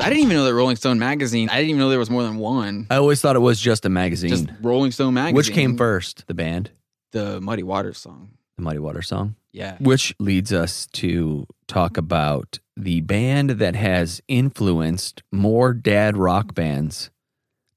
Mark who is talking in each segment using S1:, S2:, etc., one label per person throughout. S1: didn't even know that Rolling Stone magazine. I didn't even know there was more than one.
S2: I always thought it was just a magazine.
S1: Just Rolling Stone magazine.
S2: Which came first, the band,
S1: The Muddy Waters song.
S2: the Muddy Water song?
S1: Yeah.
S2: Which leads us to talk about the band that has influenced more dad rock bands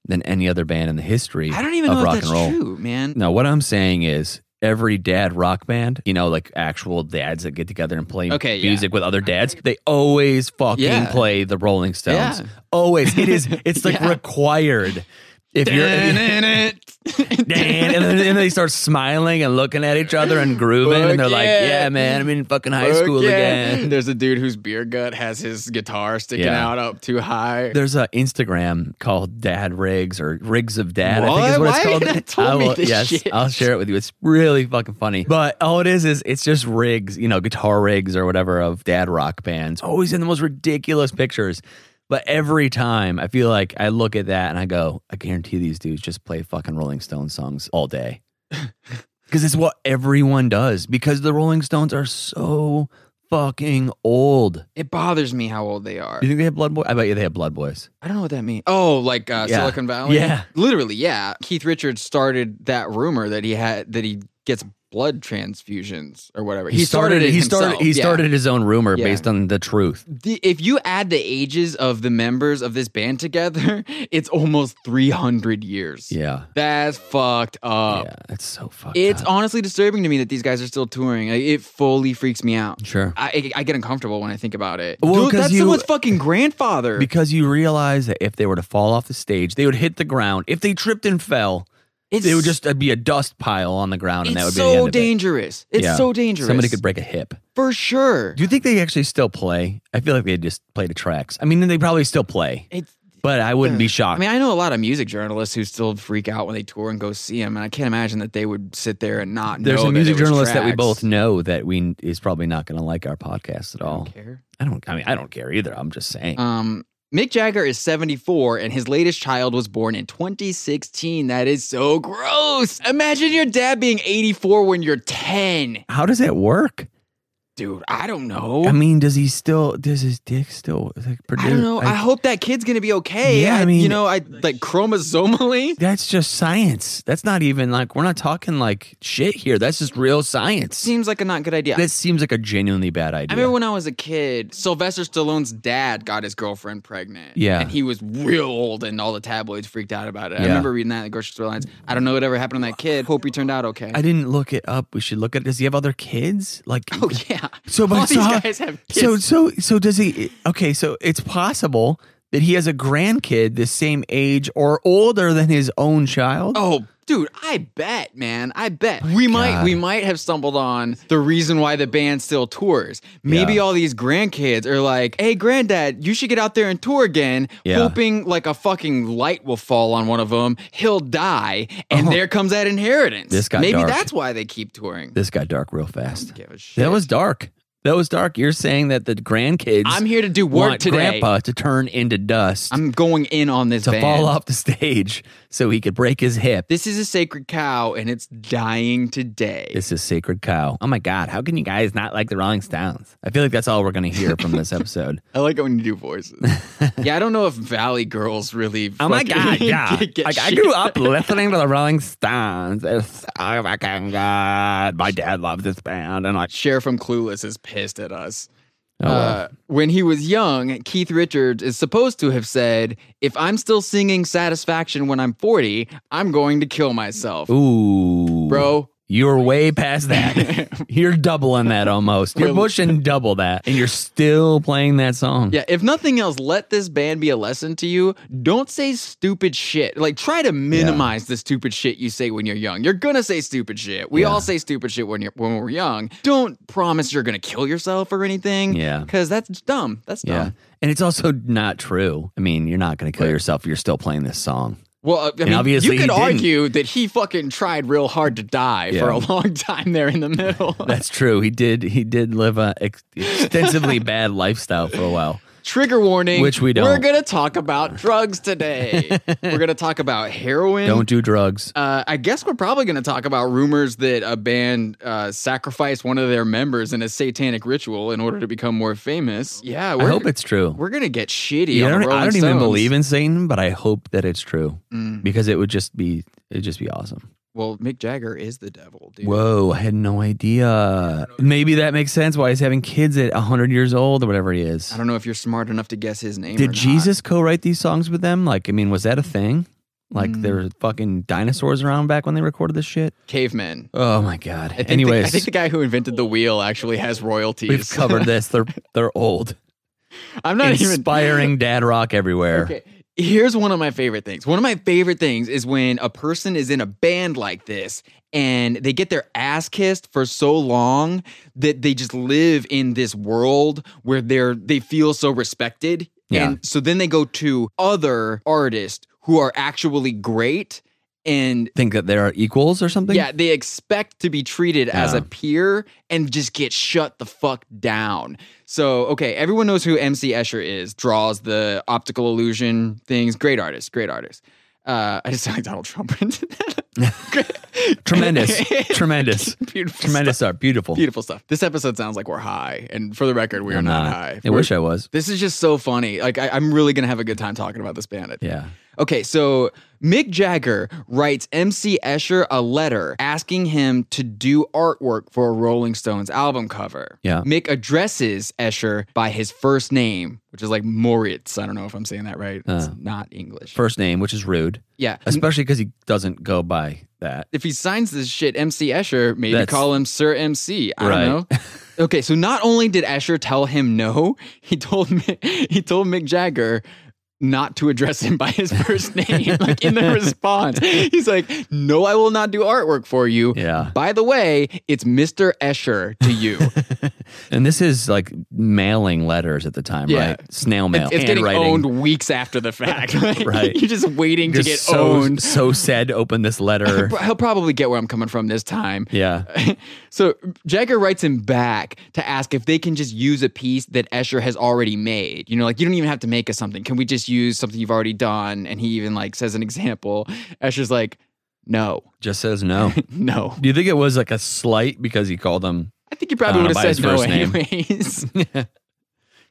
S2: than any other band in the history
S1: I don't even
S2: of
S1: know
S2: rock
S1: if that's
S2: and roll.
S1: true, man.
S2: No, what I'm saying is every dad rock band, you know, like actual dads that get together and play
S1: Okay, yeah.
S2: music with other dads, they always fucking
S1: Yeah.
S2: play the Rolling Stones.
S1: Yeah.
S2: Always. It is it's like
S1: Yeah.
S2: required. If you're and then and they start smiling and looking at each other and grooving and they're
S1: Fuck
S2: like,
S1: yeah.
S2: "Yeah, man, I'm in fucking high school again."
S1: There's a dude whose beer gut has his guitar sticking
S2: Yeah.
S1: out up too high.
S2: There's an Instagram called Dad Rigs or Rigs of Dad. I think
S1: What?
S2: is what
S1: Why
S2: it's called.
S1: haven't you told
S2: I
S1: me this
S2: yes,
S1: shit?
S2: I'll share it with you. It's really fucking funny. But all it is is it's just rigs, you know, guitar rigs or whatever of dad rock bands. Always in the most ridiculous pictures. But every time I feel like I look at that and I go, I guarantee these dudes just play fucking Rolling Stone songs all day. Because it's what everyone does. Because the Rolling Stones are so fucking old.
S1: it bothers me how old they are.
S2: Do you think they have Blood Boy? I bet you they have Blood Boys.
S1: I don't know what that means. Oh, like uh,
S2: Yeah.
S1: Silicon Valley.
S2: Yeah.
S1: literally. Yeah, Keith Richards started that rumor that he had that he gets blood transfusions or whatever.
S2: he started,
S1: it
S2: he started he
S1: himself. Yeah.
S2: started his own rumor
S1: Yeah.
S2: based on the truth
S1: The, if you add the ages of the members of this band together, it's almost three hundred years.
S2: yeah
S1: that's fucked up.
S2: yeah it's so fucked
S1: It's
S2: up.
S1: honestly disturbing to me that these guys are still touring. Like, it fully freaks me out.
S2: sure
S1: I, I get uncomfortable when I think about it.
S2: Well,
S1: Dude,
S2: 'cause
S1: that's
S2: you-
S1: someone's fucking grandfather.
S2: because you realize that if they were to fall off the stage they would hit the ground if they tripped and fell
S1: it's,
S2: they would just uh, be a dust pile on the ground and
S1: It's
S2: that would be the
S1: so
S2: end of it.
S1: dangerous. It's
S2: Yeah.
S1: so dangerous.
S2: somebody could break a hip
S1: for sure.
S2: do you think they actually still play i feel like they just play the tracks i mean they probably still play
S1: It's.
S2: but Uh, i wouldn't be
S1: I
S2: shocked
S1: mean, I know a lot of music journalists who still freak out when they tour and go see him, and I can't imagine that they would sit there and not.
S2: there's
S1: know
S2: a
S1: that it
S2: music
S1: was
S2: journalist that we
S1: tracks.
S2: both know that we is probably not going to like our podcast at
S1: I don't
S2: all.
S1: care.
S2: I don't. I mean, I don't care either. I'm just saying.
S1: Um, Mick Jagger is 74, and his latest child was born in 2016. That is so gross. Imagine your dad being 84 when you're 10,
S2: How does that work?
S1: dude. I don't know.
S2: I mean, does he still? Does his dick still like, produce?
S1: I don't know. I,
S2: like,
S1: hope that kid's gonna be okay.
S2: Yeah, I
S1: I
S2: mean-
S1: you know, I like chromosomally.
S2: that's just science. That's not even like we're not talking like shit here. That's just real science.
S1: Seems like a not good idea.
S2: That seems like a genuinely bad
S1: I
S2: idea.
S1: remember when I was a kid, Sylvester Stallone's dad got his girlfriend pregnant.
S2: Yeah.
S1: And he was real old, and all the tabloids freaked out about it. I
S2: Yeah.
S1: remember reading that in the grocery store lines. I don't know what ever happened to that kid. Hope he turned out okay.
S2: I didn't look it up. We should look at. Does he have other kids? Like
S1: oh, yeah.
S2: So, but
S1: all
S2: so
S1: these
S2: how-
S1: guys have kids.
S2: so so so does he? Okay, so it's possible that he has a grandkid the same age or older than his own child.
S1: Oh, dude, I bet, man. I bet. We might we might have stumbled on the reason why the band still tours. Maybe
S2: Yeah.
S1: all these grandkids are like, "Hey granddad, you should get out there and tour again,"
S2: Yeah.
S1: hoping like a fucking light will fall on one of them, he'll die, and there comes that inheritance.
S2: Oh. This got
S1: Maybe
S2: dark.
S1: that's why they keep touring.
S2: This got dark real fast.
S1: Give a shit.
S2: That was dark. That was dark. You're saying that the grandkids.
S1: I'm here to do work
S2: want
S1: today.
S2: grandpa to turn into dust
S1: I'm going in on this
S2: to
S1: band.
S2: fall off the stage so he could break his hip.
S1: This is a sacred cow and it's dying today.
S2: This is Sacred Cow. Oh my God, how can you guys not like the Rolling Stones? I feel like that's all we're going to hear from this episode.
S1: I like it when you do voices. yeah, I don't know if Valley Girls really.
S2: oh my
S1: fucking
S2: God, yeah.
S1: get- get
S2: Like, I
S1: shit.
S2: grew up listening to the Rolling Stones. It's, oh my God, my dad loved this band. And I,
S1: Cher from Clueless is pissed at us.
S2: oh, well.
S1: Uh, when he was young, Keith Richards is supposed to have said, "If I'm still singing Satisfaction when I'm 40, I'm going to kill myself."
S2: Ooh.
S1: Bro,
S2: You're way past that. you're doubling that almost. You're pushing double that. And you're still playing that song.
S1: Yeah, if nothing else, let this band be a lesson to you. Don't say stupid shit. Like, try to minimize the stupid shit you say when you're young. You're gonna say stupid shit. We all say stupid shit when you're when we're young. Don't promise you're gonna kill yourself or anything.
S2: Yeah.
S1: because that's dumb. That's dumb.
S2: Yeah. And it's also not true. I mean, you're not going to kill yourself if you're still playing this song.
S1: Well, uh, I mean,
S2: obviously
S1: you
S2: he
S1: could
S2: didn't.
S1: argue that he fucking tried real hard to die for
S2: Yeah.
S1: a long time there in the middle.
S2: That's true. He did he did live a ex- extensively bad lifestyle for a while.
S1: Trigger warning.
S2: Which we
S1: We're
S2: don't.
S1: going to talk about drugs today. we're going to talk about heroin.
S2: Don't do drugs.
S1: Uh, I guess we're probably going to talk about rumors that a band uh, sacrificed one of their members in a satanic ritual in order to become more famous. Yeah,
S2: I
S1: we're,
S2: hope it's true.
S1: we're going to get shitty.
S2: Yeah, I
S1: on
S2: don't,
S1: the Rolling
S2: I don't even
S1: Stones.
S2: believe in Satan, but I hope that it's true
S1: Mm.
S2: because it would just be it'd just be awesome.
S1: Well, Mick Jagger is the devil, dude.
S2: Whoa, I had no idea. Maybe that makes sense why he's having kids at 100 years old or whatever he is.
S1: I don't know if you're smart enough to guess his name. or
S2: Did
S1: not.
S2: Jesus co-write these songs with them? Like, I mean, was that a thing? Like
S1: Mm.
S2: there were fucking dinosaurs around back when they recorded this shit.
S1: cavemen?
S2: Oh my god.
S1: I think the-
S2: Anyways,
S1: I think the guy who invented the wheel actually has royalties.
S2: we've covered this. They're they're old.
S1: I'm not even
S2: Inspiring dad rock everywhere.
S1: Okay. Here's one of my favorite things. One of my favorite things is when a person is in a band like this and they get their ass kissed for so long that they just live in this world where they're they feel so respected.
S2: Yeah.
S1: And so then they go to other artists who are actually great and
S2: Think that there are equals or something?
S1: yeah, they expect to be treated as
S2: Yeah.
S1: a peer and just get shut the fuck down. So, okay, everyone knows who MC Escher is, draws the optical illusion things. Great artist, great artist. Uh, I just sound like Donald Trump. when I did that.
S2: Tremendous. Tremendous.
S1: Beautiful
S2: Tremendous art. Beautiful.
S1: Stuff. Beautiful stuff. This episode sounds like we're high. And for the record, we are
S2: I'm
S1: not,
S2: not.
S1: high.
S2: I wish I was.
S1: This is just so funny. Like, I, I'm really going to have a good time talking about this band. I think.
S2: Yeah.
S1: Okay, so Mick Jagger writes MC Escher a letter asking him to do artwork for a Rolling Stones album cover.
S2: Yeah.
S1: Mick addresses Escher by his first name, which is like Moritz. I don't know if I'm saying that right. It's
S2: Uh.
S1: not English.
S2: First name, which is rude,
S1: yeah.
S2: especially because he doesn't go by that.
S1: If he signs this shit MC Escher, maybe
S2: That's-
S1: call him Sir MC. I don't
S2: Right.
S1: know. okay, so not only did Escher tell him no, he told Mi- he told Mick Jagger not to address him by his first name. like in the response, he's like, "No, I will not do artwork for you."
S2: Yeah.
S1: By the way, it's Mr. Escher to you.
S2: And this is like mailing letters at the time,
S1: Yeah.
S2: right? Snail mail.
S1: it's getting
S2: handwriting.
S1: owned weeks after the fact. Like,
S2: Right.
S1: You're just waiting
S2: You're
S1: to get
S2: so,
S1: owned.
S2: So sad to open this letter.
S1: He'll probably get where I'm coming from this time.
S2: yeah.
S1: so Jagger writes him back to ask if they can just use a piece that Escher has already made. You know, like you don't even have to make us something. Can we just use something you've already done? And he even like says an example. Escher's like, no,
S2: Just says no.
S1: no.
S2: Do you think it was like a slight because he called them?
S1: I think he probably
S2: I don't
S1: would
S2: know,
S1: have
S2: Uh, by
S1: said
S2: his
S1: no
S2: first name.
S1: anyways.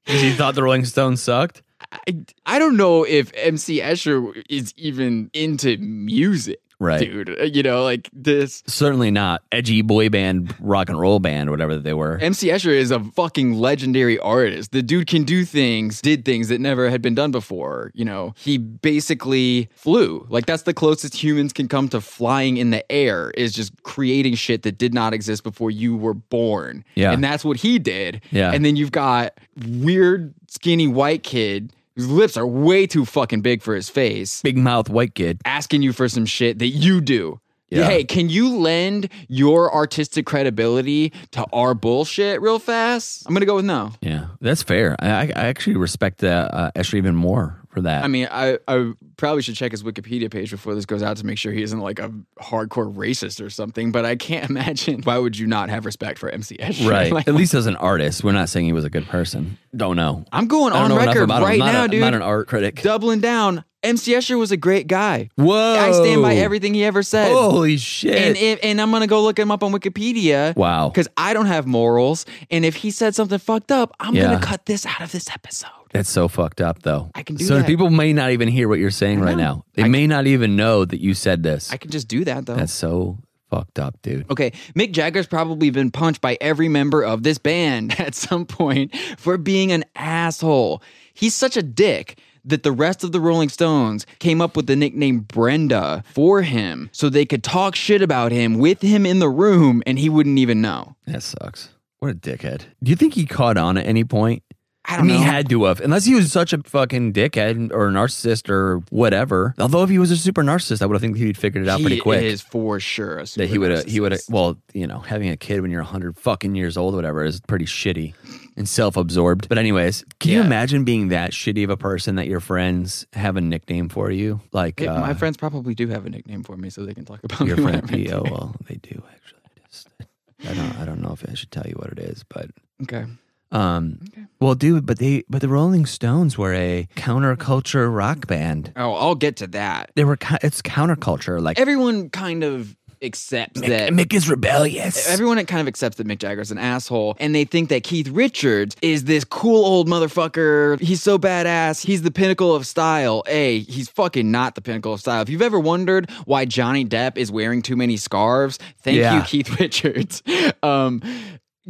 S2: Because he thought the Rolling Stones sucked?
S1: I, I don't know if MC Escher is even into music,
S2: Right.
S1: dude. You know, like this.
S2: Certainly not. Edgy boy band, rock and roll band, whatever they were.
S1: MC Escher is a fucking legendary artist. The dude can do things, did things that never had been done before. You know, he basically flew. Like that's the closest humans can come to flying in the air is just creating shit that did not exist before you were born.
S2: Yeah.
S1: And that's what he did.
S2: Yeah.
S1: And then you've got weird skinny white kid whose lips are way too fucking big for his face
S2: Big mouth white kid.
S1: asking you for some shit that you do.
S2: Yeah.
S1: Hey, can you lend your artistic credibility to our bullshit real fast? I'm gonna go with no.
S2: Yeah. That's fair. I, I I actually respect uh, uh, Escher even more for that.
S1: I mean, I, I probably should check his Wikipedia page before this goes out to make sure he isn't like a hardcore racist or something. But I can't imagine why would you not have respect for MC Escher?
S2: right.
S1: Like,
S2: At least as an artist. We're not saying he was a good person. Don't know.
S1: I'm going
S2: I don't
S1: on
S2: know enough
S1: record
S2: about
S1: right
S2: him. I'm not
S1: now,
S2: a-
S1: dude.
S2: I'm not an art critic.
S1: doubling down. MC Escher was a great guy.
S2: Whoa.
S1: I stand by everything he ever said.
S2: Holy shit.
S1: and, and and I'm gonna go look him up on Wikipedia.
S2: wow.
S1: because I don't have morals. And if he said something fucked up, I'm
S2: Yeah.
S1: gonna cut this out of this episode.
S2: That's so fucked up, though.
S1: I can do
S2: so
S1: that.
S2: people may not even hear what you're saying right now. They may not even know that you said this.
S1: I can just do that though.
S2: That's so fucked up, dude.
S1: Okay, Mick Jagger's probably been punched by every member of this band at some point for being an asshole. He's such a dick that the rest of the Rolling Stones came up with the nickname Brenda for him so they could talk shit about him with him in the room and he wouldn't even know.
S2: That sucks. What a dickhead. Do you think he caught on at any point?
S1: I
S2: I
S1: don't
S2: mean, he
S1: know.
S2: had to have, unless he was such a fucking dickhead or narcissist or whatever. Although if he was a super narcissist, I would have think he'd figured it out pretty
S1: He
S2: quick.
S1: is for sure a
S2: that he
S1: super
S2: would have, he would have,
S1: narcissist.
S2: well, you know, having a kid when you're 100 fucking years old or whatever is pretty shitty and self absorbed. But, anyways, can you
S1: Yeah.
S2: imagine being that shitty of a person that your friends have a nickname for you? Like,
S1: Hey,
S2: uh,
S1: my friends probably do have a nickname for me so they can talk about
S2: your
S1: me
S2: friend,
S1: whenever they-
S2: oh, well, they do actually. I, just, I, don't, I don't know if I should tell you what it is, but
S1: Okay.
S2: Um, Well, dude, but they but the Rolling Stones were a counterculture rock band.
S1: Oh, I'll get to that.
S2: They were cou- it's counterculture like
S1: Everyone kind of accepts that.
S2: Mick is rebellious.
S1: Everyone kind of accepts that Mick Jagger's an asshole, and they think that Keith Richards is this cool old motherfucker. He's so badass. He's the pinnacle of style. A, he's fucking not the pinnacle of style. If you've ever wondered why Johnny Depp is wearing too many scarves, thank you,
S2: Yeah.
S1: Keith Richards. Um,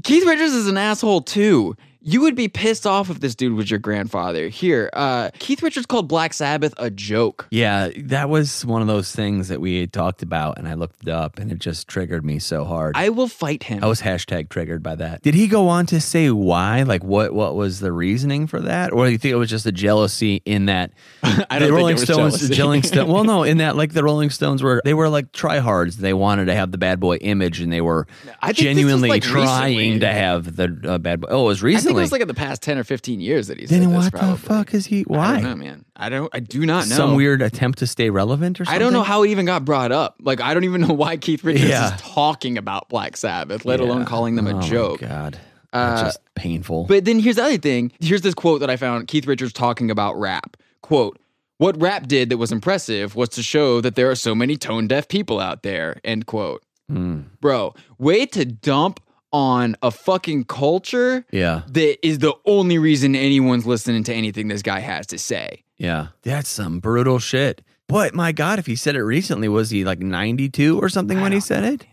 S1: Keith Richards is an asshole too. You would be pissed off if this dude was your grandfather. Here, uh, Keith Richards called Black Sabbath a joke.
S2: yeah, that was one of those things that we had talked about, and I looked it up, and it just triggered me so hard.
S1: I will fight him.
S2: I was hashtag triggered by that. Did he go on to say why? Like, what what was the reasoning for that? Or do you think it was just the jealousy in that
S1: I don't
S2: the
S1: think
S2: Rolling
S1: it was
S2: Stones,
S1: jealousy.
S2: the Rolling Stone. Well, no, in that like the Rolling Stones were they were like tryhards. They wanted to have the bad boy image, and they were
S1: I think this was,
S2: genuinely
S1: like,
S2: trying
S1: recently.
S2: to have the uh, bad boy. Oh, it was
S1: I think it
S2: recently.
S1: was like in the past ten or fifteen years that he's.
S2: then
S1: this,
S2: what
S1: probably.
S2: the fuck is he?
S1: I
S2: Why?
S1: don't know, man. I don't. I do not know.
S2: Some weird attempt to stay relevant or something.
S1: I don't know how he even got brought up. Like, I don't even know why Keith Richards
S2: Yeah.
S1: is talking about Black Sabbath, let alone
S2: Yeah.
S1: calling them a
S2: Oh my
S1: joke.
S2: God, that's
S1: Uh,
S2: just painful.
S1: But then here's the other thing. Here's this quote that I found Keith Richards talking about rap. Quote, what rap did that was impressive was to show that there are so many tone deaf people out there, end quote.
S2: Mm,
S1: Bro, way to dump on a fucking culture
S2: yeah,
S1: that is the only reason anyone's listening to anything this guy has to say.
S2: yeah, that's some brutal shit. But my God, if he said it recently, was he like ninety-two or something
S1: I
S2: when he
S1: don't
S2: said it?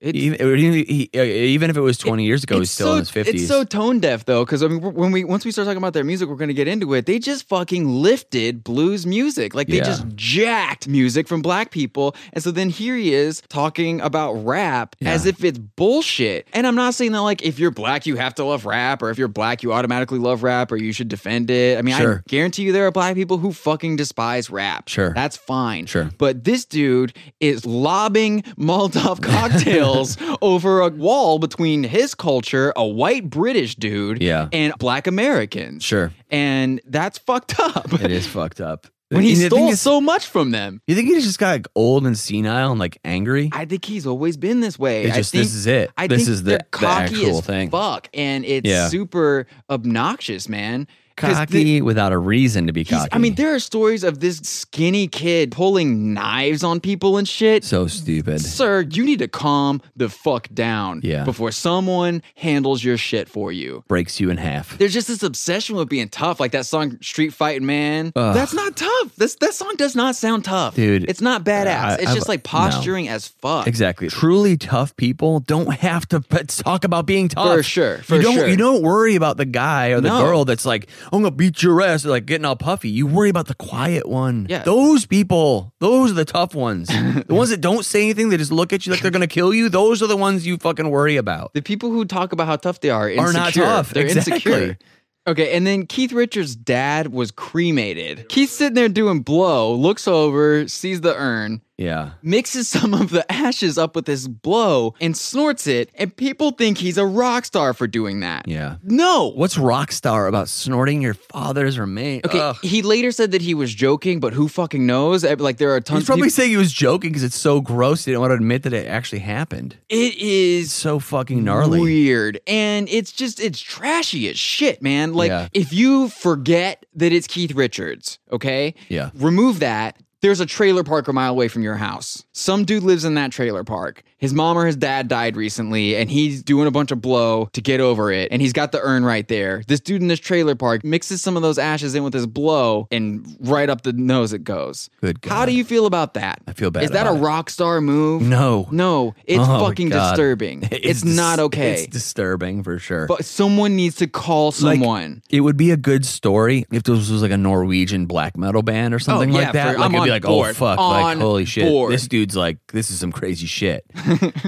S1: It's,
S2: Even, he- he- even if it was twenty years ago, he's
S1: It's
S2: still in his fifties.
S1: It's so tone deaf though, because I mean, when we once we start talking about their music, we're going to get into it. They just fucking lifted blues music, like they
S2: Yeah.
S1: just jacked music from black people, and so then here he is talking about rap as
S2: Yeah.
S1: if it's bullshit. And I'm not saying that like if you're black you have to love rap, or if you're black you automatically love rap, or you should defend it. I mean,
S2: Sure.
S1: I guarantee you there are black people who fucking despise rap.
S2: Sure.
S1: that's fine.
S2: Sure.
S1: But this dude is lobbing Molotov cocktails over a wall between his culture, a white British dude,
S2: Yeah.
S1: and black Americans.
S2: Sure.
S1: And that's fucked up.
S2: It is fucked up.
S1: when he
S2: And the thing
S1: stole
S2: is-
S1: so much from them.
S2: you think he just got like old and senile and like angry?
S1: I think he's always been this way.
S2: It's
S1: I
S2: just
S1: think,
S2: this is it.
S1: I
S2: this
S1: think
S2: is the,
S1: they're
S2: the
S1: cocky
S2: actual
S1: as
S2: thing.
S1: fuck, and it's
S2: Yeah.
S1: super obnoxious, man. 'Cause
S2: Cocky without a reason to be
S1: the- he's-
S2: cocky.
S1: I mean, there are stories of this skinny kid pulling knives on people and shit.
S2: so stupid.
S1: Sir, you need to calm the fuck down
S2: Yeah.
S1: before someone handles your shit for you.
S2: Breaks you in half.
S1: There's just this obsession with being tough, like that song Street Fighting Man.
S2: Ugh.
S1: That's not tough. This that song does not sound tough.
S2: Dude,
S1: It's not badass.
S2: I-
S1: it's
S2: I've-
S1: just like
S2: no.
S1: posturing as fuck.
S2: Exactly. Truly tough people don't have to p- talk about being tough.
S1: For sure, for
S2: you don't.
S1: sure.
S2: You don't worry about the guy or the
S1: No.
S2: girl that's like, "I'm gonna beat your ass," or like getting all puffy. You worry about the quiet one.
S1: Yeah.
S2: Those people. Those are the tough ones. the ones that don't say anything. They just look at you like they're gonna kill you. Those are the ones you fucking worry about.
S1: The people who talk about how tough they are,
S2: Are not
S1: insecure.
S2: tough.
S1: They're
S2: Exactly.
S1: insecure. Okay, and then Keith Richards' dad was cremated. Keith's sitting there doing blow, looks over, sees the urn,
S2: Yeah.
S1: mixes some of the ashes up with his blow and snorts it, and people think he's a rock star for doing that.
S2: Yeah.
S1: No.
S2: What's rock star about snorting your father's remains?
S1: Okay,
S2: Ugh.
S1: he later said that he was joking, but who fucking knows? Eh, Like there are tons
S2: He's
S1: of
S2: probably
S1: people.
S2: saying he was joking because it's so gross. He didn't want to admit that it actually happened.
S1: It
S2: It's
S1: is
S2: so fucking gnarly.
S1: weird, and it's just it's trashy as shit, man. Like
S2: Yeah.
S1: if you forget that it's Keith Richards, okay,
S2: Yeah.
S1: remove that. There's a trailer park a mile away from your house. Some dude lives in that trailer park. His mom or his dad died recently, and he's doing a bunch of blow to get over it. And he's got the urn right there. This dude in this trailer park mixes some of those ashes in with his blow, and right up the nose it goes.
S2: Good God.
S1: How do you feel about that?
S2: I feel bad
S1: Is that a
S2: about it.
S1: rock star move?
S2: No.
S1: No, it's
S2: Oh,
S1: fucking
S2: God.
S1: disturbing. It's,
S2: dis-
S1: not okay.
S2: It's disturbing for sure.
S1: but someone needs to call
S2: Like,
S1: someone.
S2: it would be a good story if this was like a Norwegian black metal band or something
S1: Oh, yeah,
S2: like that.
S1: for-
S2: like
S1: I'm
S2: it'd be
S1: on
S2: like, oh
S1: board.
S2: fuck,
S1: On
S2: like holy shit,
S1: board.
S2: this dude's like this is some crazy shit.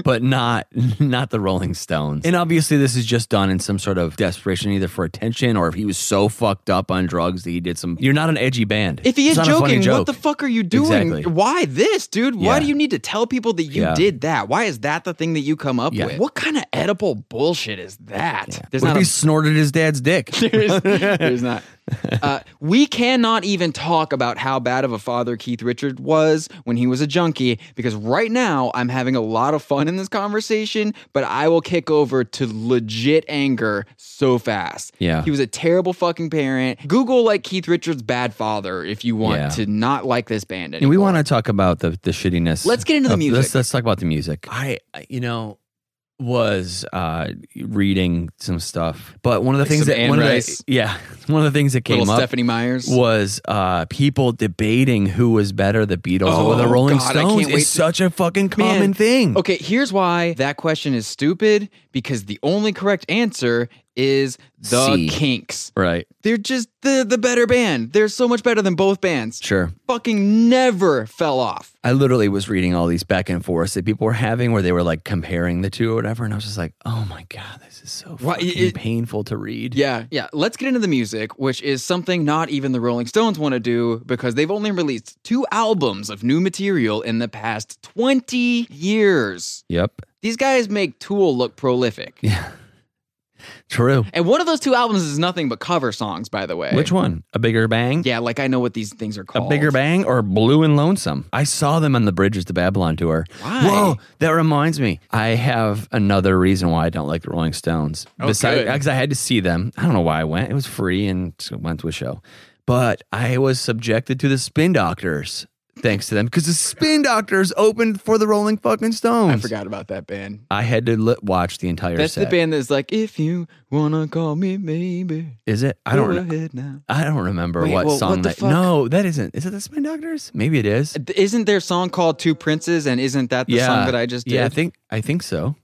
S2: but not not the Rolling Stones. And obviously, this is just done in some sort of desperation, either for attention or if he was so fucked up on drugs that he did some. You're not an edgy band.
S1: If he is
S2: It's not a funny
S1: joking, what
S2: joke.
S1: the fuck are you doing?
S2: Exactly.
S1: Why this, dude? Why
S2: Yeah.
S1: do you need to tell people that you
S2: Yeah.
S1: did that? Why is that the thing that you come up
S2: Yeah.
S1: with? What kind of of Oedipal bullshit is that? There's
S2: What if
S1: not
S2: he
S1: a
S2: snorted his dad's dick?
S1: there's, there's not. Uh, we cannot even talk about how bad of a father Keith Richard was when he was a junkie because right now I'm having a lot of fun in this conversation, but I will kick over to legit anger so fast.
S2: Yeah.
S1: He was a terrible fucking parent. Google like Keith Richards bad father if you want
S2: Yeah.
S1: to not like this band
S2: And
S1: anymore.
S2: we want to talk about the the shittiness.
S1: Let's get into the
S2: of-
S1: music.
S2: Let's let's talk about the music. I you know was uh reading some stuff, but one of the
S1: Like
S2: things
S1: some
S2: that
S1: Anne
S2: one
S1: Rice?
S2: of the, yeah one of the things that came
S1: little
S2: up
S1: Stephanie Myers.
S2: was uh people debating who was better, the Beatles or the
S1: Oh,
S2: Rolling
S1: God, I can't
S2: Stones.
S1: wait
S2: It's
S1: to-
S2: such a fucking common
S1: Man,
S2: thing.
S1: Okay, here's why that question is stupid because the only correct answer is the
S2: C.
S1: Kinks.
S2: Right.
S1: They're just the the better band. They're so much better than both bands.
S2: Sure.
S1: Fucking never fell off.
S2: I literally was reading all these back and forths that people were having where they were like comparing the two or whatever, and I was just like, oh my god, this is so
S1: Why-
S2: fucking
S1: it-
S2: painful to read.
S1: Yeah, yeah. Let's get into the music, which is something not even the Rolling Stones want to do because they've only released two albums of new material in the past 20 years.
S2: Yep.
S1: These guys make Tool look prolific.
S2: Yeah. True.
S1: And one of those two albums is nothing but cover songs, by the way.
S2: Which one? A bigger bang?
S1: Yeah, like I know what these things are
S2: A
S1: called.
S2: bigger bang or blue and lonesome? I saw them on the Bridges to Babylon tour.
S1: Why?
S2: Whoa, that reminds me. I have another reason why I don't like the Rolling Stones.
S1: Oh, good.
S2: because I had to see them. I don't know why I went. It was free and so went to a show, but I was subjected to the Spin Doctors thanks to them because the Spin Doctors opened for the Rolling fucking Stones.
S1: I forgot about that band.
S2: I had to li- watch the entire
S1: That's
S2: set.
S1: the band that's like, if you wanna call me, maybe.
S2: Is it? I
S1: go
S2: don't. know.
S1: ahead now.
S2: I don't remember
S1: Wait,
S2: what
S1: well,
S2: song
S1: what the
S2: that.
S1: fuck?
S2: No, that isn't. Is it the Spin Doctors? Maybe it is.
S1: Isn't their song called Two Princes? And isn't that the song that I just did?
S2: Yeah, I think I think so.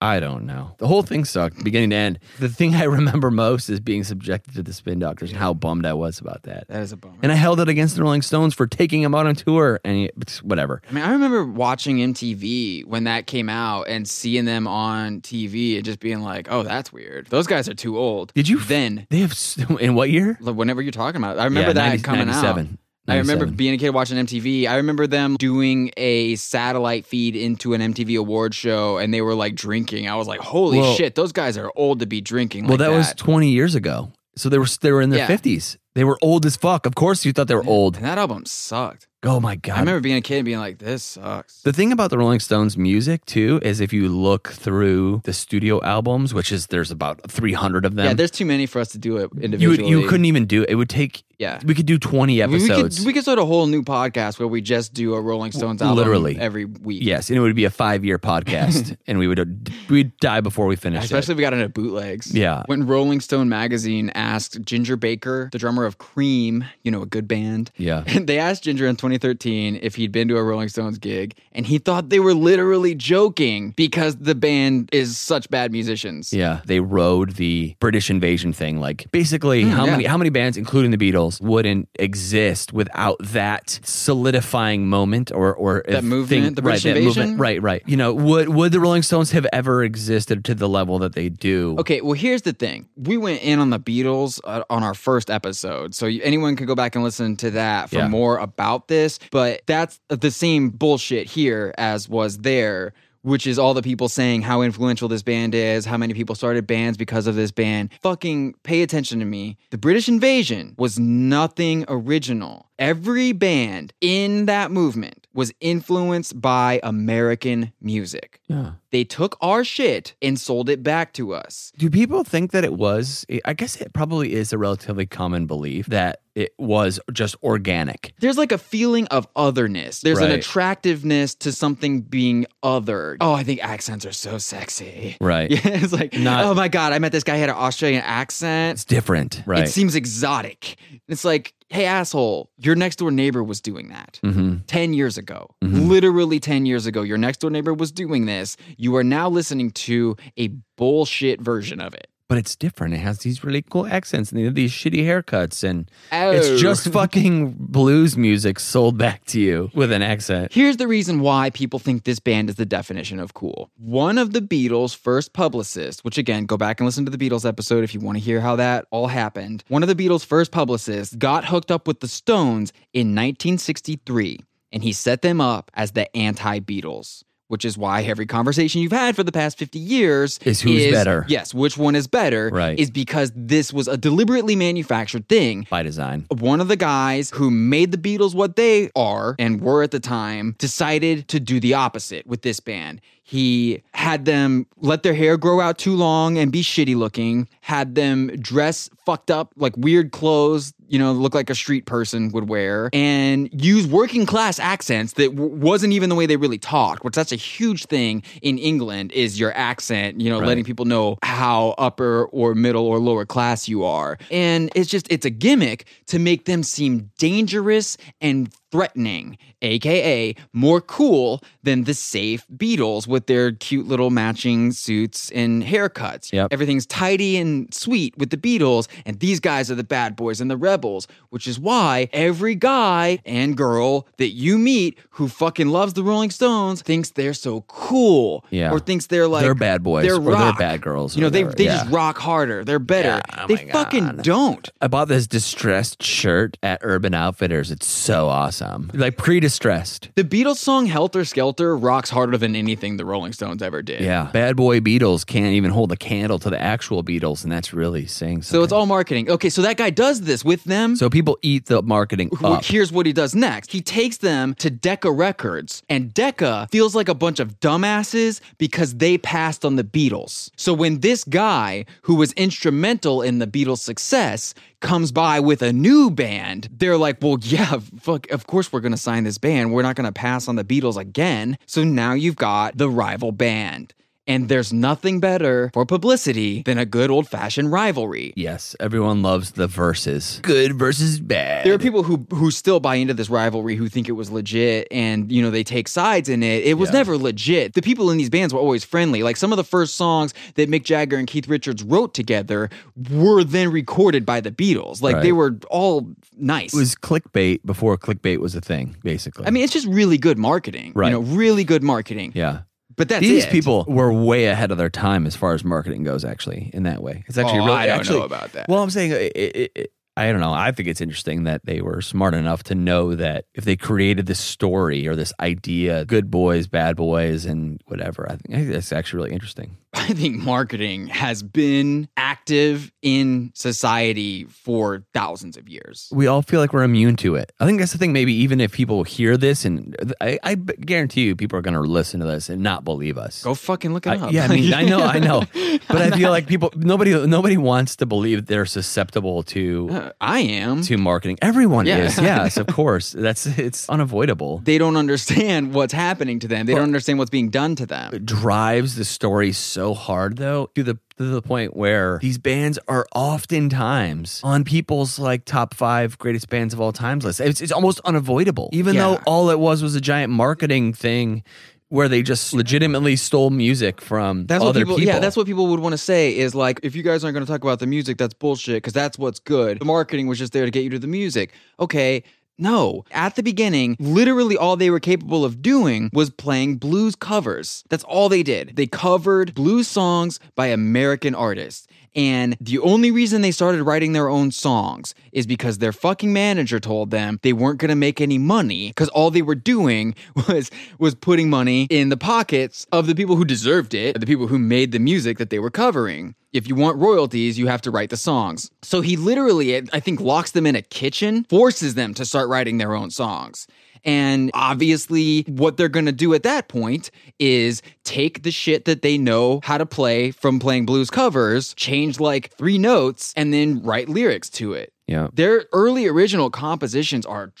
S2: I don't know. The whole thing sucked, beginning to end. The thing I remember most is being subjected to the spin doctors and how bummed I was about that.
S1: that is a bummer.
S2: And I held it against the Rolling Stones for taking them out on tour and it- it's whatever.
S1: I mean, I remember watching MTV when that came out and seeing them on TV and just being like, oh, that's weird. Those guys are too old.
S2: Did you-
S1: Then,
S2: They have s- in what year?
S1: like, whenever you're talking about it, I remember
S2: Yeah,
S1: that
S2: 90
S1: coming out.
S2: 97.
S1: I remember
S2: 97.
S1: being a kid watching MTV. I remember them doing a satellite feed into an MTV award show and they were like drinking. I was like, holy
S2: Well-
S1: shit, those guys are old to be drinking.
S2: Well,
S1: like
S2: that, was 20 years ago. So they were they were in their
S1: Yeah.
S2: 50s. They were old as fuck. Of course you thought they were old.
S1: And that album sucked.
S2: Oh my
S1: I
S2: god.
S1: remember being a kid and being like, this sucks.
S2: The thing about the Rolling Stones music too is if you look through the studio albums, which is there's about 300 of them.
S1: Yeah, there's too many for us to do it
S2: you would,
S1: individually.
S2: you couldn't even do it. would take
S1: Yeah.
S2: we could do 20
S1: We-
S2: episodes.
S1: We could, we could start a whole new podcast where we just do a Rolling Stones album
S2: literally.
S1: every week.
S2: yes, and it would be a 5-year podcast and we would we'd die before we finished
S1: Especially if we got into bootlegs.
S2: Yeah.
S1: When Rolling Stone magazine asked Ginger Baker, the drummer of Cream, you know, a good band.
S2: it. Yeah.
S1: And they asked Ginger in 2013 if he'd been to a Rolling Stones gig, and he thought they were literally joking because the band is such bad musicians.
S2: Yeah, they rode the British invasion thing. Like basically, how
S1: yeah.
S2: many how many bands, including the Beatles, wouldn't exist without that solidifying moment or or if
S1: movement, the British
S2: right, that
S1: invasion?
S2: right, right. You know, would would the Rolling Stones have ever existed to the level that they do?
S1: Okay, well, here's the thing. We went in on the Beatles uh, on our first episode, so you- anyone could go back and listen to that for
S2: Yeah.
S1: more about this. But that's the same bullshit here as was there, which is all the people saying how influential this band is, how many people started bands because of this band. Fucking pay attention to me. The British Invasion was nothing original. Every band in that movement was influenced by American music.
S2: Yeah.
S1: They took our shit and sold it back to us.
S2: Do people think that it was? I guess it probably is a relatively common belief that it was just organic.
S1: There's like a feeling of otherness. There's an
S2: Right.
S1: attractiveness to something being other. Oh, I think accents are so sexy.
S2: Right.
S1: Yeah, it's like,
S2: Not-
S1: oh my God, I met this guy, he had an Australian accent.
S2: It's different. Right.
S1: It seems exotic. It's like, hey, asshole, your next door neighbor was doing that.
S2: mm-hmm.
S1: 10 years ago, literally 10 years ago, your next door neighbor was doing this. You are now listening to a bullshit version of it.
S2: But it's different. It has these really cool accents and they have these shitty haircuts and
S1: Oh.
S2: It's just fucking blues music sold back to you with an accent.
S1: Here's the reason why people think this band is the definition of cool. One of the Beatles' first publicists, which again, go back and listen to the Beatles episode if you want to hear how that all happened. One of the Beatles' first publicists got hooked up with the Stones in 1963, and he set them up as the anti Beatles. which is why every conversation you've had for the past 50 years
S2: Is who's better.
S1: Yes, which one is better
S2: Right.
S1: is because this was a deliberately manufactured thing.
S2: by design.
S1: One of the guys who made the Beatles what they are and were at the time decided to do the opposite with this band. He had them let their hair grow out too long and be shitty looking, had them dress fucked up like weird clothes, you know, look like a street person would wear, and use working class accents that w- wasn't even the way they really talked, which that's a huge thing in England is your accent, you know, letting people know how upper or middle or lower class you are. And it's just, it's a gimmick to make them seem dangerous and threatening, aka more cool than the safe Beatles with their cute little matching suits and haircuts.
S2: Yep.
S1: Everything's tidy and sweet with the Beatles, and these guys are the bad boys and the rebels, which is why every guy and girl that you meet who fucking loves the Rolling Stones thinks they're so cool.
S2: Yeah.
S1: Or thinks they're like
S2: They're bad boys
S1: they're
S2: or they're
S1: rock.
S2: bad girls
S1: You know,
S2: or
S1: they
S2: whatever,
S1: they
S2: yeah.
S1: just rock harder. They're better.
S2: Yeah, oh
S1: they
S2: my
S1: fucking
S2: God.
S1: don't.
S2: I bought this distressed shirt at Urban Outfitters. It's so awesome. Like pre distressed.
S1: The Beatles song Helter Skelter rocks harder than anything the Rolling Stones ever did.
S2: Yeah. Bad boy Beatles can't even hold a candle to the actual Beatles, and that's really saying
S1: So
S2: something.
S1: it's all marketing. Okay, so that guy does this with them.
S2: So people eat the marketing
S1: Well,
S2: up.
S1: here's what he does next. He takes them to Decca Records, and Decca feels like a bunch of dumbasses because they passed on the Beatles. So when this guy, who was instrumental in the Beatles' success, comes by with a new band, they're like, well, yeah, fuck, of course we're going to sign this band. We're not going to pass on the Beatles again. So now you've got the rival band. And there's nothing better for publicity than a good old fashioned rivalry.
S2: Yes, everyone loves the verses. Good versus bad.
S1: there are people who who still buy into this rivalry who think it was legit and you know they take sides in it it was never legit the people in these bands were always friendly like some of the first songs that mick jagger and keith richards wrote together were then recorded by the beatles like they
S2: Right.
S1: were all nice
S2: it was clickbait before clickbait was a thing, basically.
S1: i mean it's just really good marketing
S2: Right.
S1: you know really good marketing
S2: yeah.
S1: but that's
S2: These
S1: it.
S2: people were way ahead of their time as far as marketing goes, actually, in that way. It's actually
S1: Oh,
S2: really
S1: I don't
S2: actually,
S1: know about that
S2: Well, I'm saying it, it, it, I don't know. I think it's interesting that they were smart enough to know that if they created this story or this idea, good boys, bad boys, and whatever, I think, I think that's actually really interesting.
S1: I think marketing has been active in society for thousands of years.
S2: We all feel like we're immune to it. I think that's the thing. Maybe even if people hear this, and I, I guarantee you, people are going to listen to this and not believe us.
S1: Go fucking look it
S2: I-
S1: up.
S2: yeah, I mean, I know, I know, but I feel like people, nobody, nobody wants to believe they're susceptible to
S1: Uh, I am.
S2: to marketing. Everyone
S1: Yeah.
S2: is, yes, of course. That's it's unavoidable.
S1: they don't understand what's happening to them. They don't understand what's being done to them.
S2: It drives the story so hard, though, to the to the point where these bands are oftentimes on people's like top five greatest bands of all times list. It's, it's almost unavoidable, even
S1: Yeah.
S2: though all it was was a giant marketing thing. Where they just legitimately stole music from
S1: That's what
S2: other
S1: people, yeah, that's what people would want to say is like, if you guys aren't going to talk about the music, that's bullshit because that's what's good. The marketing was just there to get you to the music. Okay. No, at the beginning, literally all they were capable of doing was playing blues covers. That's all they did. They covered blues songs by American artists. And the only reason they started writing their own songs is because their fucking manager told them they weren't going to make any money because all they were doing was was putting money in the pockets of the people who deserved it, the people who made the music that they were covering. If you want royalties, you have to write the songs. So he literally, I think, locks them in a kitchen, forces them to start writing their own songs. And obviously, what they're going to do at that point is take the shit that they know how to play from playing blues covers, change like three notes, and then write lyrics to it.
S2: yeah.
S1: Their early original compositions are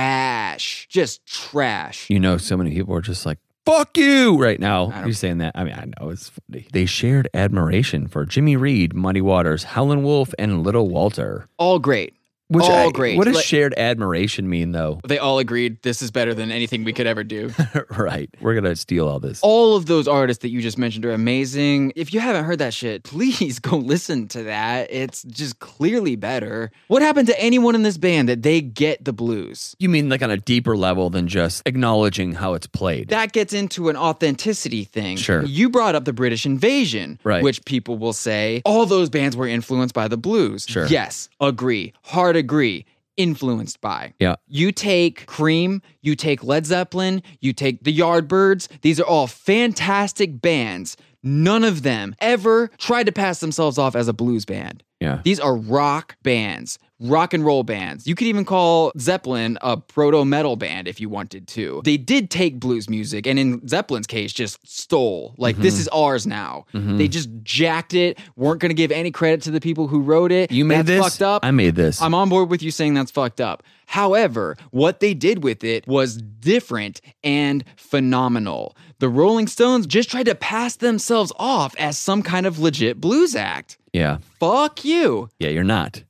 S1: trash, just trash.
S2: you know, so many people are just like, fuck you right now.
S1: don't-
S2: You're saying that. I mean, I know it's funny. They shared admiration for Jimmy Reed, Muddy Waters, Howlin' Wolf, and Little Walter.
S1: All great.
S2: Which
S1: All
S2: I-
S1: great.
S2: What does
S1: Like-
S2: shared admiration mean, though?
S1: They all agreed this is better than anything we could ever do.
S2: right. We're going to steal all this.
S1: all of those artists that you just mentioned are amazing. If you haven't heard that shit, please go listen to that. It's just clearly better. What happened to anyone in this band that they get the blues?
S2: You mean like on a deeper level than just acknowledging how it's played?
S1: That gets into an authenticity thing.
S2: Sure.
S1: You brought up the British invasion,
S2: Right.
S1: which people will say all those bands were influenced by the blues.
S2: Sure.
S1: Yes, agree. Hard agree. influenced by.
S2: Yeah.
S1: You take Cream, you take Led Zeppelin, you take the Yardbirds. These are all fantastic bands. None of them ever tried to pass themselves off as a blues band.
S2: Yeah.
S1: These are rock bands, rock and roll bands. You could even call Zeppelin a proto metal band if you wanted to. They did take blues music and in Zeppelin's case just stole. Like
S2: Mm-hmm.
S1: this is ours now. They just jacked it, weren't going to give any credit to the people who wrote it.
S2: You made
S1: That's
S2: this.
S1: fucked up. Um,
S2: I made this.
S1: I'm on board with you saying that's fucked up. However, what they did with it was different and phenomenal. The Rolling Stones just tried to pass themselves off as some kind of legit blues act.
S2: yeah.
S1: Fuck you.
S2: Yeah. You're not.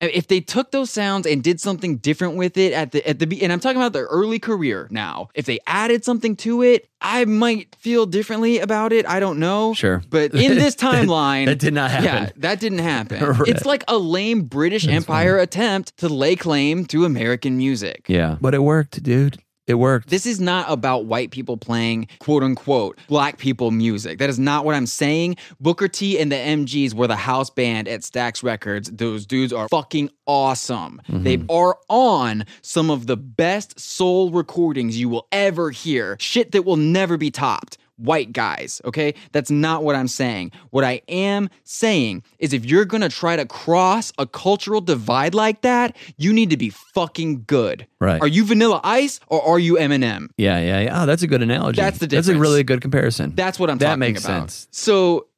S1: If they took those sounds and did something different with it at the at the be- and I'm talking about their early career now. If they added something to it, I might feel differently about it. I don't know.
S2: Sure.
S1: But in this timeline,
S2: That did not
S1: Oh. yeah,
S2: happen.
S1: that didn't happen.
S2: Right.
S1: It's like a lame British Empire attempt to lay claim to American music.
S2: Yeah. But it worked, dude. It worked.
S1: This is not about white people playing quote unquote black people music. That is not what I'm saying. Booker T and the MGs were the house band at Stax Records. Those dudes are fucking awesome. They are on some of the best soul recordings you will ever hear. Shit that will never be topped white guys, okay? That's not what I'm saying. What I am saying is if you're gonna try to cross a cultural divide like that, you need to be fucking good.
S2: Right.
S1: Are you Vanilla Ice or are you Eminem?
S2: yeah. Yeah. Yeah. Oh, that's a good analogy.
S1: That's the
S2: That's a
S1: difference.
S2: really good comparison.
S1: That's what I'm
S2: That
S1: talking
S2: makes
S1: about.
S2: sense.
S1: So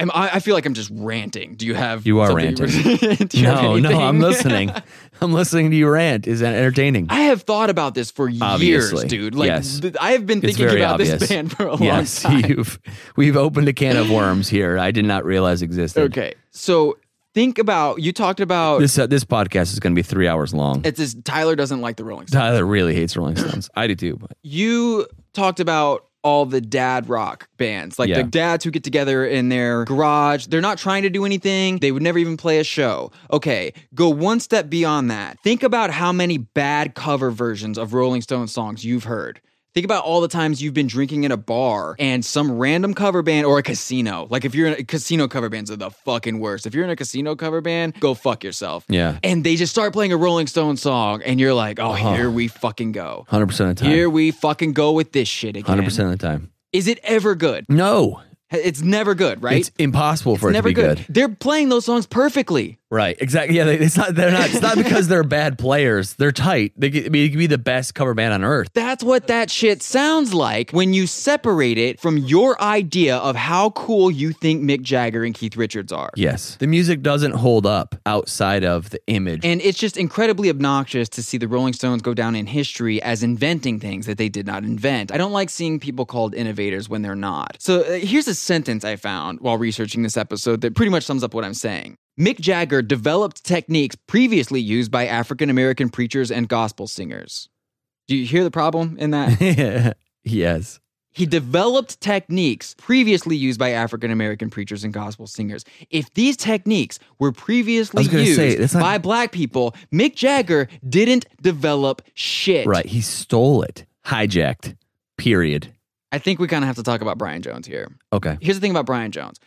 S1: am I, I feel like I'm just ranting. Do you have
S2: You are
S1: something- Do you have
S2: no, no, I'm
S1: anything?
S2: listening. I'm listening to you rant. Is that entertaining?
S1: I have thought about this for
S2: Obviously.
S1: years, dude. Like
S2: Yes.
S1: th- I have been
S2: It's
S1: thinking
S2: very
S1: about
S2: obvious.
S1: this band
S2: Oh,
S1: for a
S2: yes,
S1: long time.
S2: you've we've opened a can of worms here. I did not realize existed.
S1: Okay. So think about you talked about
S2: This uh, this podcast is going to be three hours long.
S1: It's just Tyler doesn't like the Rolling Stones.
S2: Tyler really hates Rolling Stones. I do too. But
S1: You talked about all the dad rock bands, like
S2: Yeah.
S1: the dads who get together in their garage. They're not trying to do anything. They would never even play a show. Okay, go one step beyond that. Think about how many bad cover versions of Rolling Stones songs you've heard. Think about all the times you've been drinking in a bar and some random cover band or a casino. Like if you're in a casino cover bands are the fucking worst. If you're in a casino cover band, go fuck yourself.
S2: yeah,
S1: and they just start playing a Rolling Stone song, and you're like, oh,
S2: Uh-huh.
S1: here we fucking go.
S2: hundred percent of the time.
S1: Here we fucking go with this shit again.
S2: Hundred percent of the time.
S1: Is it ever good?
S2: No,
S1: It's never good, right?
S2: it's impossible for it
S1: never
S2: to be good.
S1: They're playing those songs perfectly.
S2: Right. Exactly. Yeah. They, it's not. They're not. It's not because they're bad players. They're tight. They could, I mean, it could be the best cover band on earth.
S1: That's what that shit sounds like when you separate it from your idea of how cool you think Mick Jagger and Keith Richards are.
S2: Yes. The music doesn't hold up outside of the image.
S1: And it's just incredibly obnoxious to see the Rolling Stones go down in history as inventing things that they did not invent. I don't like seeing people called innovators when they're not. So uh, here's a sentence I found while researching this episode that pretty much sums up what I'm saying. Mick Jagger developed techniques previously used by African American preachers and gospel singers. Do you hear the problem in that?
S2: yes.
S1: He developed techniques previously used by African American preachers and gospel singers. If these techniques were previously
S2: I was gonna
S1: used
S2: say, that's not-
S1: by black people, Mick Jagger didn't develop shit.
S2: Right. He stole it. Hijacked. Period.
S1: I think we kind of have to talk about Brian Jones here.
S2: Okay.
S1: Here's the thing about Brian Jones.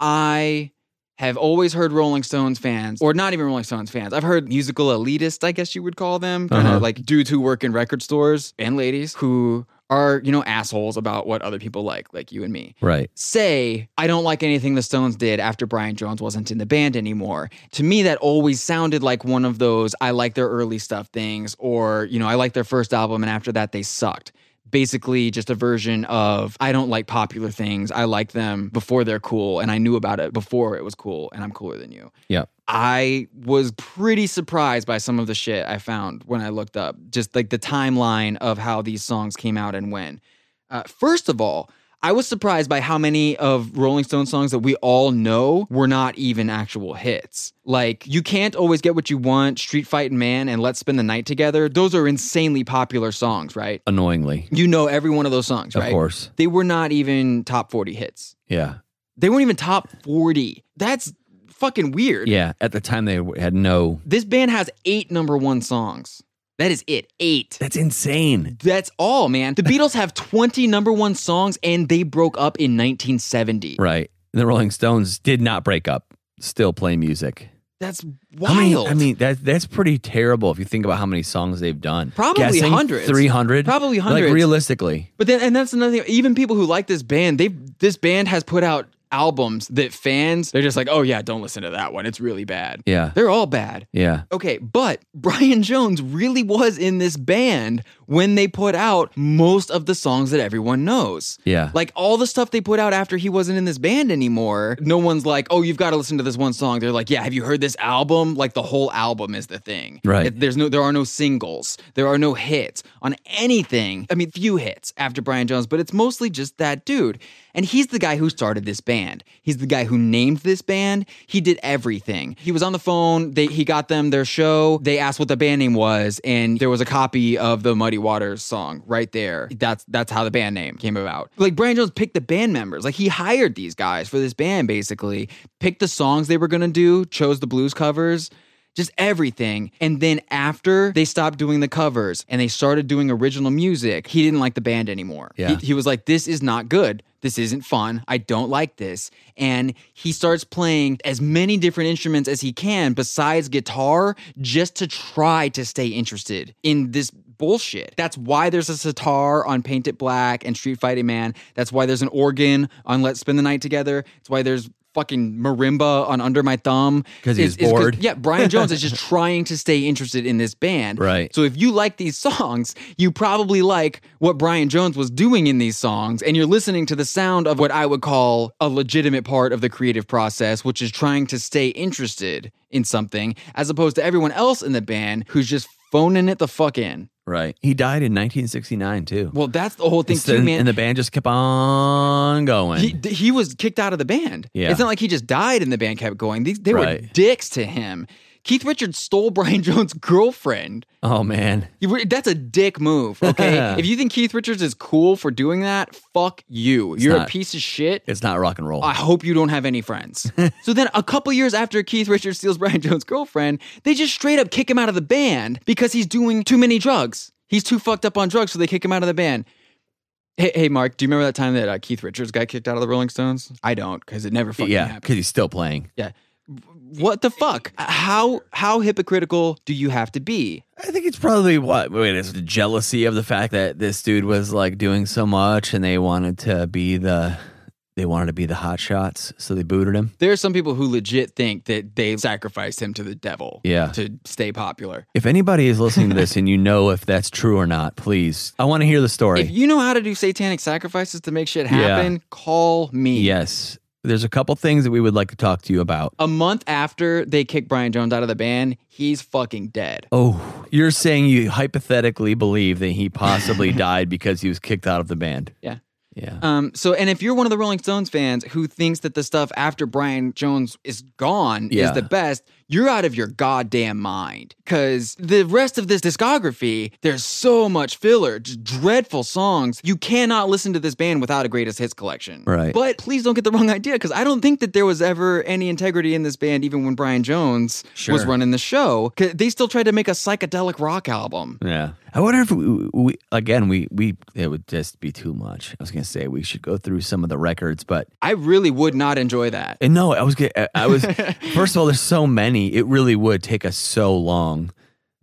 S1: I have always heard Rolling Stones fans, or not even Rolling Stones fans, I've heard musical elitists, I guess you would call them, kind of
S2: Uh-huh.
S1: like dudes who work in record stores and ladies who are, you know, assholes about what other people like, like you and me.
S2: Right.
S1: say, I don't like anything the Stones did after Brian Jones wasn't in the band anymore. To me, that always sounded like one of those I like their early stuff things, or, you know, I like their first album and after that they sucked. Basically, just a version of I don't like popular things. I like them before they're cool, and I knew about it before it was cool, and I'm cooler than you.
S2: Yeah.
S1: I was pretty surprised by some of the shit I found when I looked up, just like the timeline of how these songs came out and when. Uh, first of all, I was surprised by how many of Rolling Stone songs that we all know were not even actual hits. Like, You Can't Always Get What You Want, Street Fightin' Man, and Let's Spend the Night Together. Those are insanely popular songs, right?
S2: Annoyingly.
S1: You know every one of those songs,
S2: Of
S1: right?
S2: course.
S1: They were not even top 40 hits.
S2: Yeah.
S1: They weren't even top 40. That's fucking weird.
S2: Yeah. At the time, they had no.
S1: This band has eight number one songs. That is it. Eight.
S2: That's insane.
S1: That's all, man. The Beatles have 20 number one songs and they broke up in 1970.
S2: Right. The Rolling Stones did not break up. Still play music.
S1: That's
S2: How
S1: wild.
S2: many- I mean, that that's pretty terrible if you think about how many songs they've done.
S1: Probably hundreds.
S2: three hundred,
S1: Probably hundreds.
S2: Like realistically,
S1: But then, and that's another thing. Even people who like this band, they this band has put out albums that fans they're just like, oh yeah, don't listen to that one. It's really bad.
S2: yeah,
S1: They're all bad.
S2: yeah.
S1: Okay, but Brian Jones really was in this band when they put out most of the songs that everyone knows.
S2: Yeah.
S1: Like all the stuff they put out after he wasn't in this band anymore, no one's like, oh, you've got to listen to this one song. They're like, yeah, have you heard this album? Like the whole album is the thing.
S2: Right.
S1: It- there's no, there are no singles. There are no hits on anything. I mean, few hits after Brian Jones, but it's mostly just that dude. And he's the guy who started this band. He's the guy who named this band. He did everything. He was on the phone. They, he got them their show. They asked what the band name was, and there was a copy of the Muddy Waters song right there. That's that's how the band name came about. Like Brian Jones picked the band members. Like he hired these guys for this band basically. Picked the songs they were gonna do. Chose the blues covers just everything. And then after they stopped doing the covers and they started doing original music, he didn't like the band anymore.
S2: Yeah.
S1: He, he was like, this is not good. This isn't fun. I don't like this. And he starts playing as many different instruments as he can besides guitar just to try to stay interested in this bullshit. That's why there's a sitar on Paint It Black and Street Fighting Man. That's why there's an organ on Let's Spend the Night Together. It's why there's fucking marimba on Under My Thumb.
S2: 'Cause he's
S1: It's- it's
S2: bored.
S1: yeah, Brian Jones is just trying to stay interested in this band.
S2: Right.
S1: So if you like these songs, you probably like what Brian Jones was doing in these songs, and you're listening to the sound of what I would call a legitimate part of the creative process, which is trying to stay interested in something, as opposed to everyone else in the band who's just phoning it the fuck in.
S2: Right. He died in 1969 too.
S1: Well, that's the whole thing,
S2: It's the-
S1: too, man.
S2: And the band just kept on going.
S1: he, th- he was kicked out of the band.
S2: Yeah.
S1: It's not like he just died and the band kept going. These they were
S2: Right.
S1: dicks to him. Keith Richards stole Brian Jones' girlfriend.
S2: oh man.
S1: You were- That's a dick move, okay? if you think Keith Richards is cool for doing that, fuck you. You're a
S2: not.
S1: piece of shit.
S2: It's not rock and roll.
S1: I hope you don't have any friends. so then, a couple years after Keith Richards steals Brian Jones' girlfriend, they just straight up kick him out of the band because he's doing too many drugs. He's too fucked up on drugs, so they kick him out of the band. Hey, hey, Mark, do you remember that time that uh, Keith Richards got kicked out of the Rolling Stones? I don't, because it never fucking
S2: yeah,
S1: happened.
S2: because he's still playing.
S1: Yeah. What the fuck? How how hypocritical do you have to be?
S2: I think it's probably what wait, it's the jealousy of the fact that this dude was like doing so much and they wanted to be the they wanted to be the hot shots, so they booted him.
S1: There are some people who legit think that they sacrificed him to the devil
S2: Yeah.
S1: to stay popular.
S2: If anybody is listening to this and you know if that's true or not, please I want to hear the story.
S1: If you know how to do satanic sacrifices to make shit
S2: Yeah.
S1: happen, call me.
S2: yes. There's a couple things that we would like to talk to you about.
S1: A month after they kick Brian Jones out of the band, he's fucking dead.
S2: Oh, you're saying you hypothetically believe that he possibly died because he was kicked out of the band.
S1: Yeah.
S2: Yeah.
S1: Um, so, and if you're one of the Rolling Stones fans who thinks that the stuff after Brian Jones is gone
S2: Yeah.
S1: is the best, you're out of your goddamn mind. Because the rest of this discography, there's so much filler, just dreadful songs. You cannot listen to this band without a greatest hits collection.
S2: Right.
S1: But please don't get the wrong idea, because I don't think that there was ever any integrity in this band, even when Brian Jones was
S2: Sure.
S1: running the show. 'Cause They still tried to make a psychedelic rock album.
S2: yeah. I wonder if we, we again we we it would just be too much. I was gonna say we should go through some of the records, but
S1: I really would not enjoy that.
S2: and no, I was get- I- I was first of all, there's so many. It really would take us so long.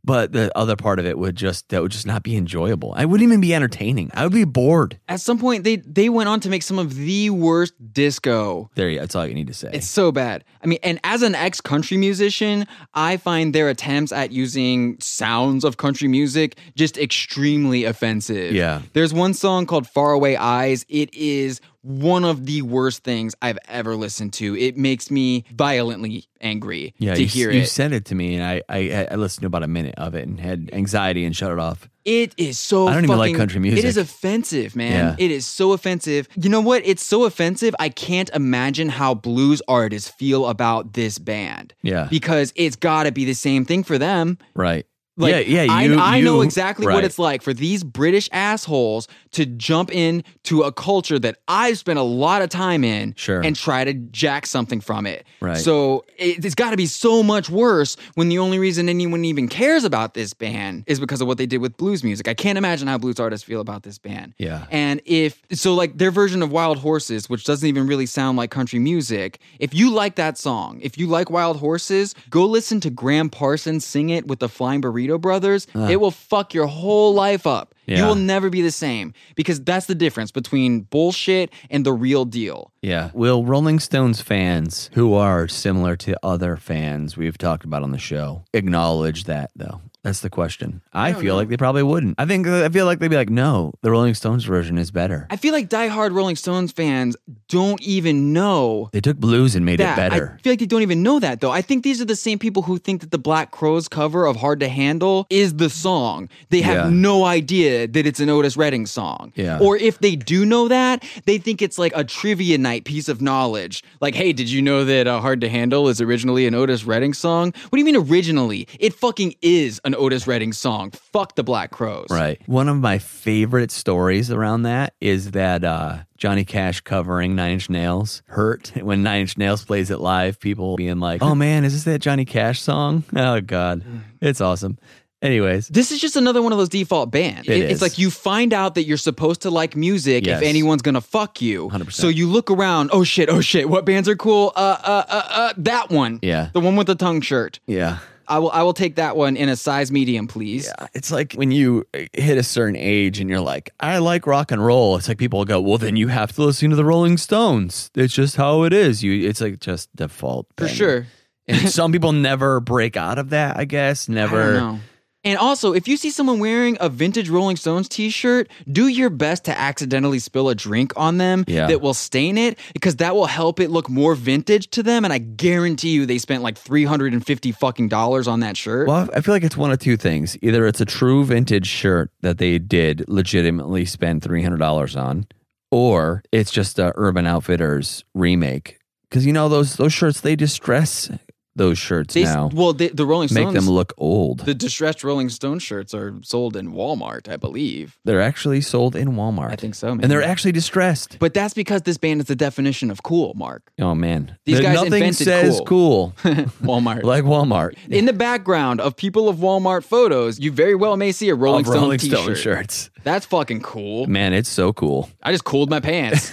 S2: But the other part of it would just that would just not be enjoyable. I wouldn't even be entertaining. I would be bored.
S1: At some point, they they went on to make some of the worst disco.
S2: There, you that's all you need to say.
S1: It's so bad. I mean, and as an ex country musician, I find their attempts at using sounds of country music just extremely offensive.
S2: Yeah.
S1: There's one song called Faraway Eyes. It is one of the worst things I've ever listened to. It makes me violently angry
S2: yeah,
S1: to
S2: you, s-
S1: hear
S2: you
S1: it.
S2: sent it to me, and I, I I listened to about a minute of it and had anxiety and shut it off.
S1: It is so.
S2: I don't even like
S1: fucking-
S2: country
S1: It is
S2: music.
S1: offensive, man.
S2: Yeah.
S1: It is so offensive. You know what? It's so offensive. I can't imagine how blues artists feel about this band
S2: Yeah,
S1: because it's got to be the same thing for them.
S2: right.
S1: Like,
S2: Yeah, yeah,
S1: I,
S2: you-
S1: I know
S2: you-
S1: exactly
S2: right.
S1: what it's like for these British assholes to jump in to a culture that I've spent a lot of time in
S2: Sure.
S1: and try to jack something from it.
S2: Right.
S1: So it, it's got to be so much worse when the only reason anyone even cares about this band is because of what they did with blues music. I can't imagine how blues artists feel about this band.
S2: Yeah.
S1: And if so, like their version of Wild Horses, which doesn't even really sound like country music, if you like that song, if you like Wild Horses, go listen to Graham Parsons sing it with the Flying Burrito Brothers. It will fuck your whole life up. You
S2: Yeah.
S1: will never be the same because that's the difference between bullshit and the real deal.
S2: Yeah. Will Rolling Stones fans who are similar to other fans we've talked about on the show acknowledge that though? That's the question. I, feel like they probably wouldn't. I think I feel like they'd be like, "No, the Rolling Stones version is better."
S1: I feel like diehard Rolling Stones fans don't even know
S2: they took blues and made
S1: that.
S2: it better.
S1: I feel like they don't even know that though. I think these are the same people who think that the Black Crows cover of Hard to Handle is the song. They have
S2: Yeah.
S1: no idea that it's an Otis Redding song.
S2: Yeah.
S1: Or if they do know that, they think it's like a trivia night piece of knowledge. Like, hey, did you know that uh, Hard to Handle is originally an Otis Redding song? What do you mean originally? It fucking is an Otis Redding song. Fuck the Black Crows.
S2: Right. One of my favorite stories around that is that uh, Johnny Cash covering Nine Inch Nails hurt when Nine Inch Nails plays it live. People being like, "Oh man, is this that Johnny Cash song?" Oh god,
S1: Mm.
S2: it's awesome. Anyways,
S1: This is just another one of those default bans.
S2: It
S1: it's
S2: is.
S1: like you find out that you're supposed to like music
S2: Yes.
S1: if anyone's gonna fuck you.
S2: 100%.
S1: So you look around. Oh shit! Oh shit! What bands are cool? Uh, uh, uh, uh that one.
S2: Yeah.
S1: the one with the tongue shirt.
S2: yeah.
S1: I will. I will take that one in a size medium, please.
S2: Yeah, it's like when you uh, hit a certain age and you're like, I like rock and roll. It's like people go, well, then you have to listen to the Rolling Stones. It's just how it is. You, it's like just default
S1: for
S2: thing.
S1: sure.
S2: And some people never break out of that. I guess never.
S1: I don't know. And also, if you see someone wearing a vintage Rolling Stones t-shirt, do your best to accidentally spill a drink on them
S2: Yeah.
S1: that will stain it because that will help it look more vintage to them and I guarantee you they spent like 350 fucking dollars on that shirt.
S2: Well, I feel like it's one of two things. Either it's a true vintage shirt that they did legitimately spend $300 on, or it's just a Urban Outfitters remake. Because you know those those shirts, they distress those shirts
S1: They,
S2: now,
S1: Well, the, the Rolling
S2: make
S1: Stones,
S2: them look old.
S1: the distressed Rolling Stone shirts are sold in Walmart, I believe.
S2: they're actually sold in Walmart,
S1: I think so, man.
S2: and they're actually distressed.
S1: but that's because this band is the definition of cool, Mark.
S2: Oh man,
S1: These guys
S2: nothing
S1: invented
S2: says cool,
S1: Walmart.
S2: like Walmart.
S1: in the background of people of Walmart photos, you very well may see a Rolling,
S2: Of Rolling
S1: Stone t-shirt.
S2: Stone shirts.
S1: That's fucking cool.
S2: Man, it's so cool.
S1: I just cooled my pants.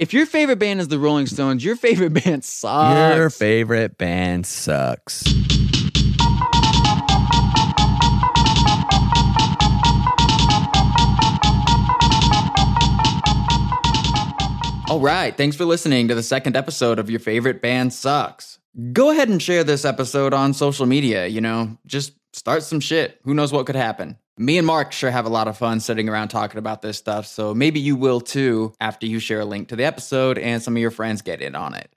S1: if your favorite band is the Rolling Stones, your favorite band sucks.
S2: Your favorite band sucks.
S1: All right. Thanks for listening to the second episode of Your Favorite Band Sucks. Go ahead and share this episode on social media, you know, just start some shit. Who knows what could happen? Me and Mark sure have a lot of fun sitting around talking about this stuff, so maybe you will too after you share a link to the episode and some of your friends get in on it.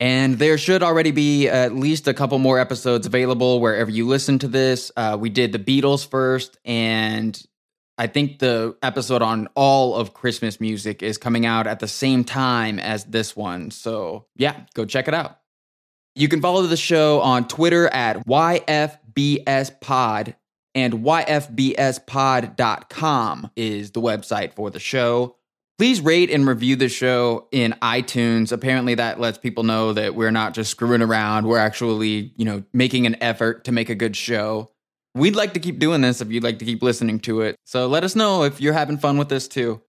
S1: And there should already be at least a couple more episodes available wherever you listen to this. Uh, we did the Beatles first, and I think the episode on all of Christmas music is coming out at the same time as this one. So, yeah, go check it out. You can follow the show on Twitter at YFBSPod, and YFBSPod.com is the website for the show. Please rate and review the show in iTunes. Apparently, that lets people know that we're not just screwing around. We're actually, you know, making an effort to make a good show. We'd like to keep doing this if you'd like to keep listening to it. So let us know if you're having fun with this too.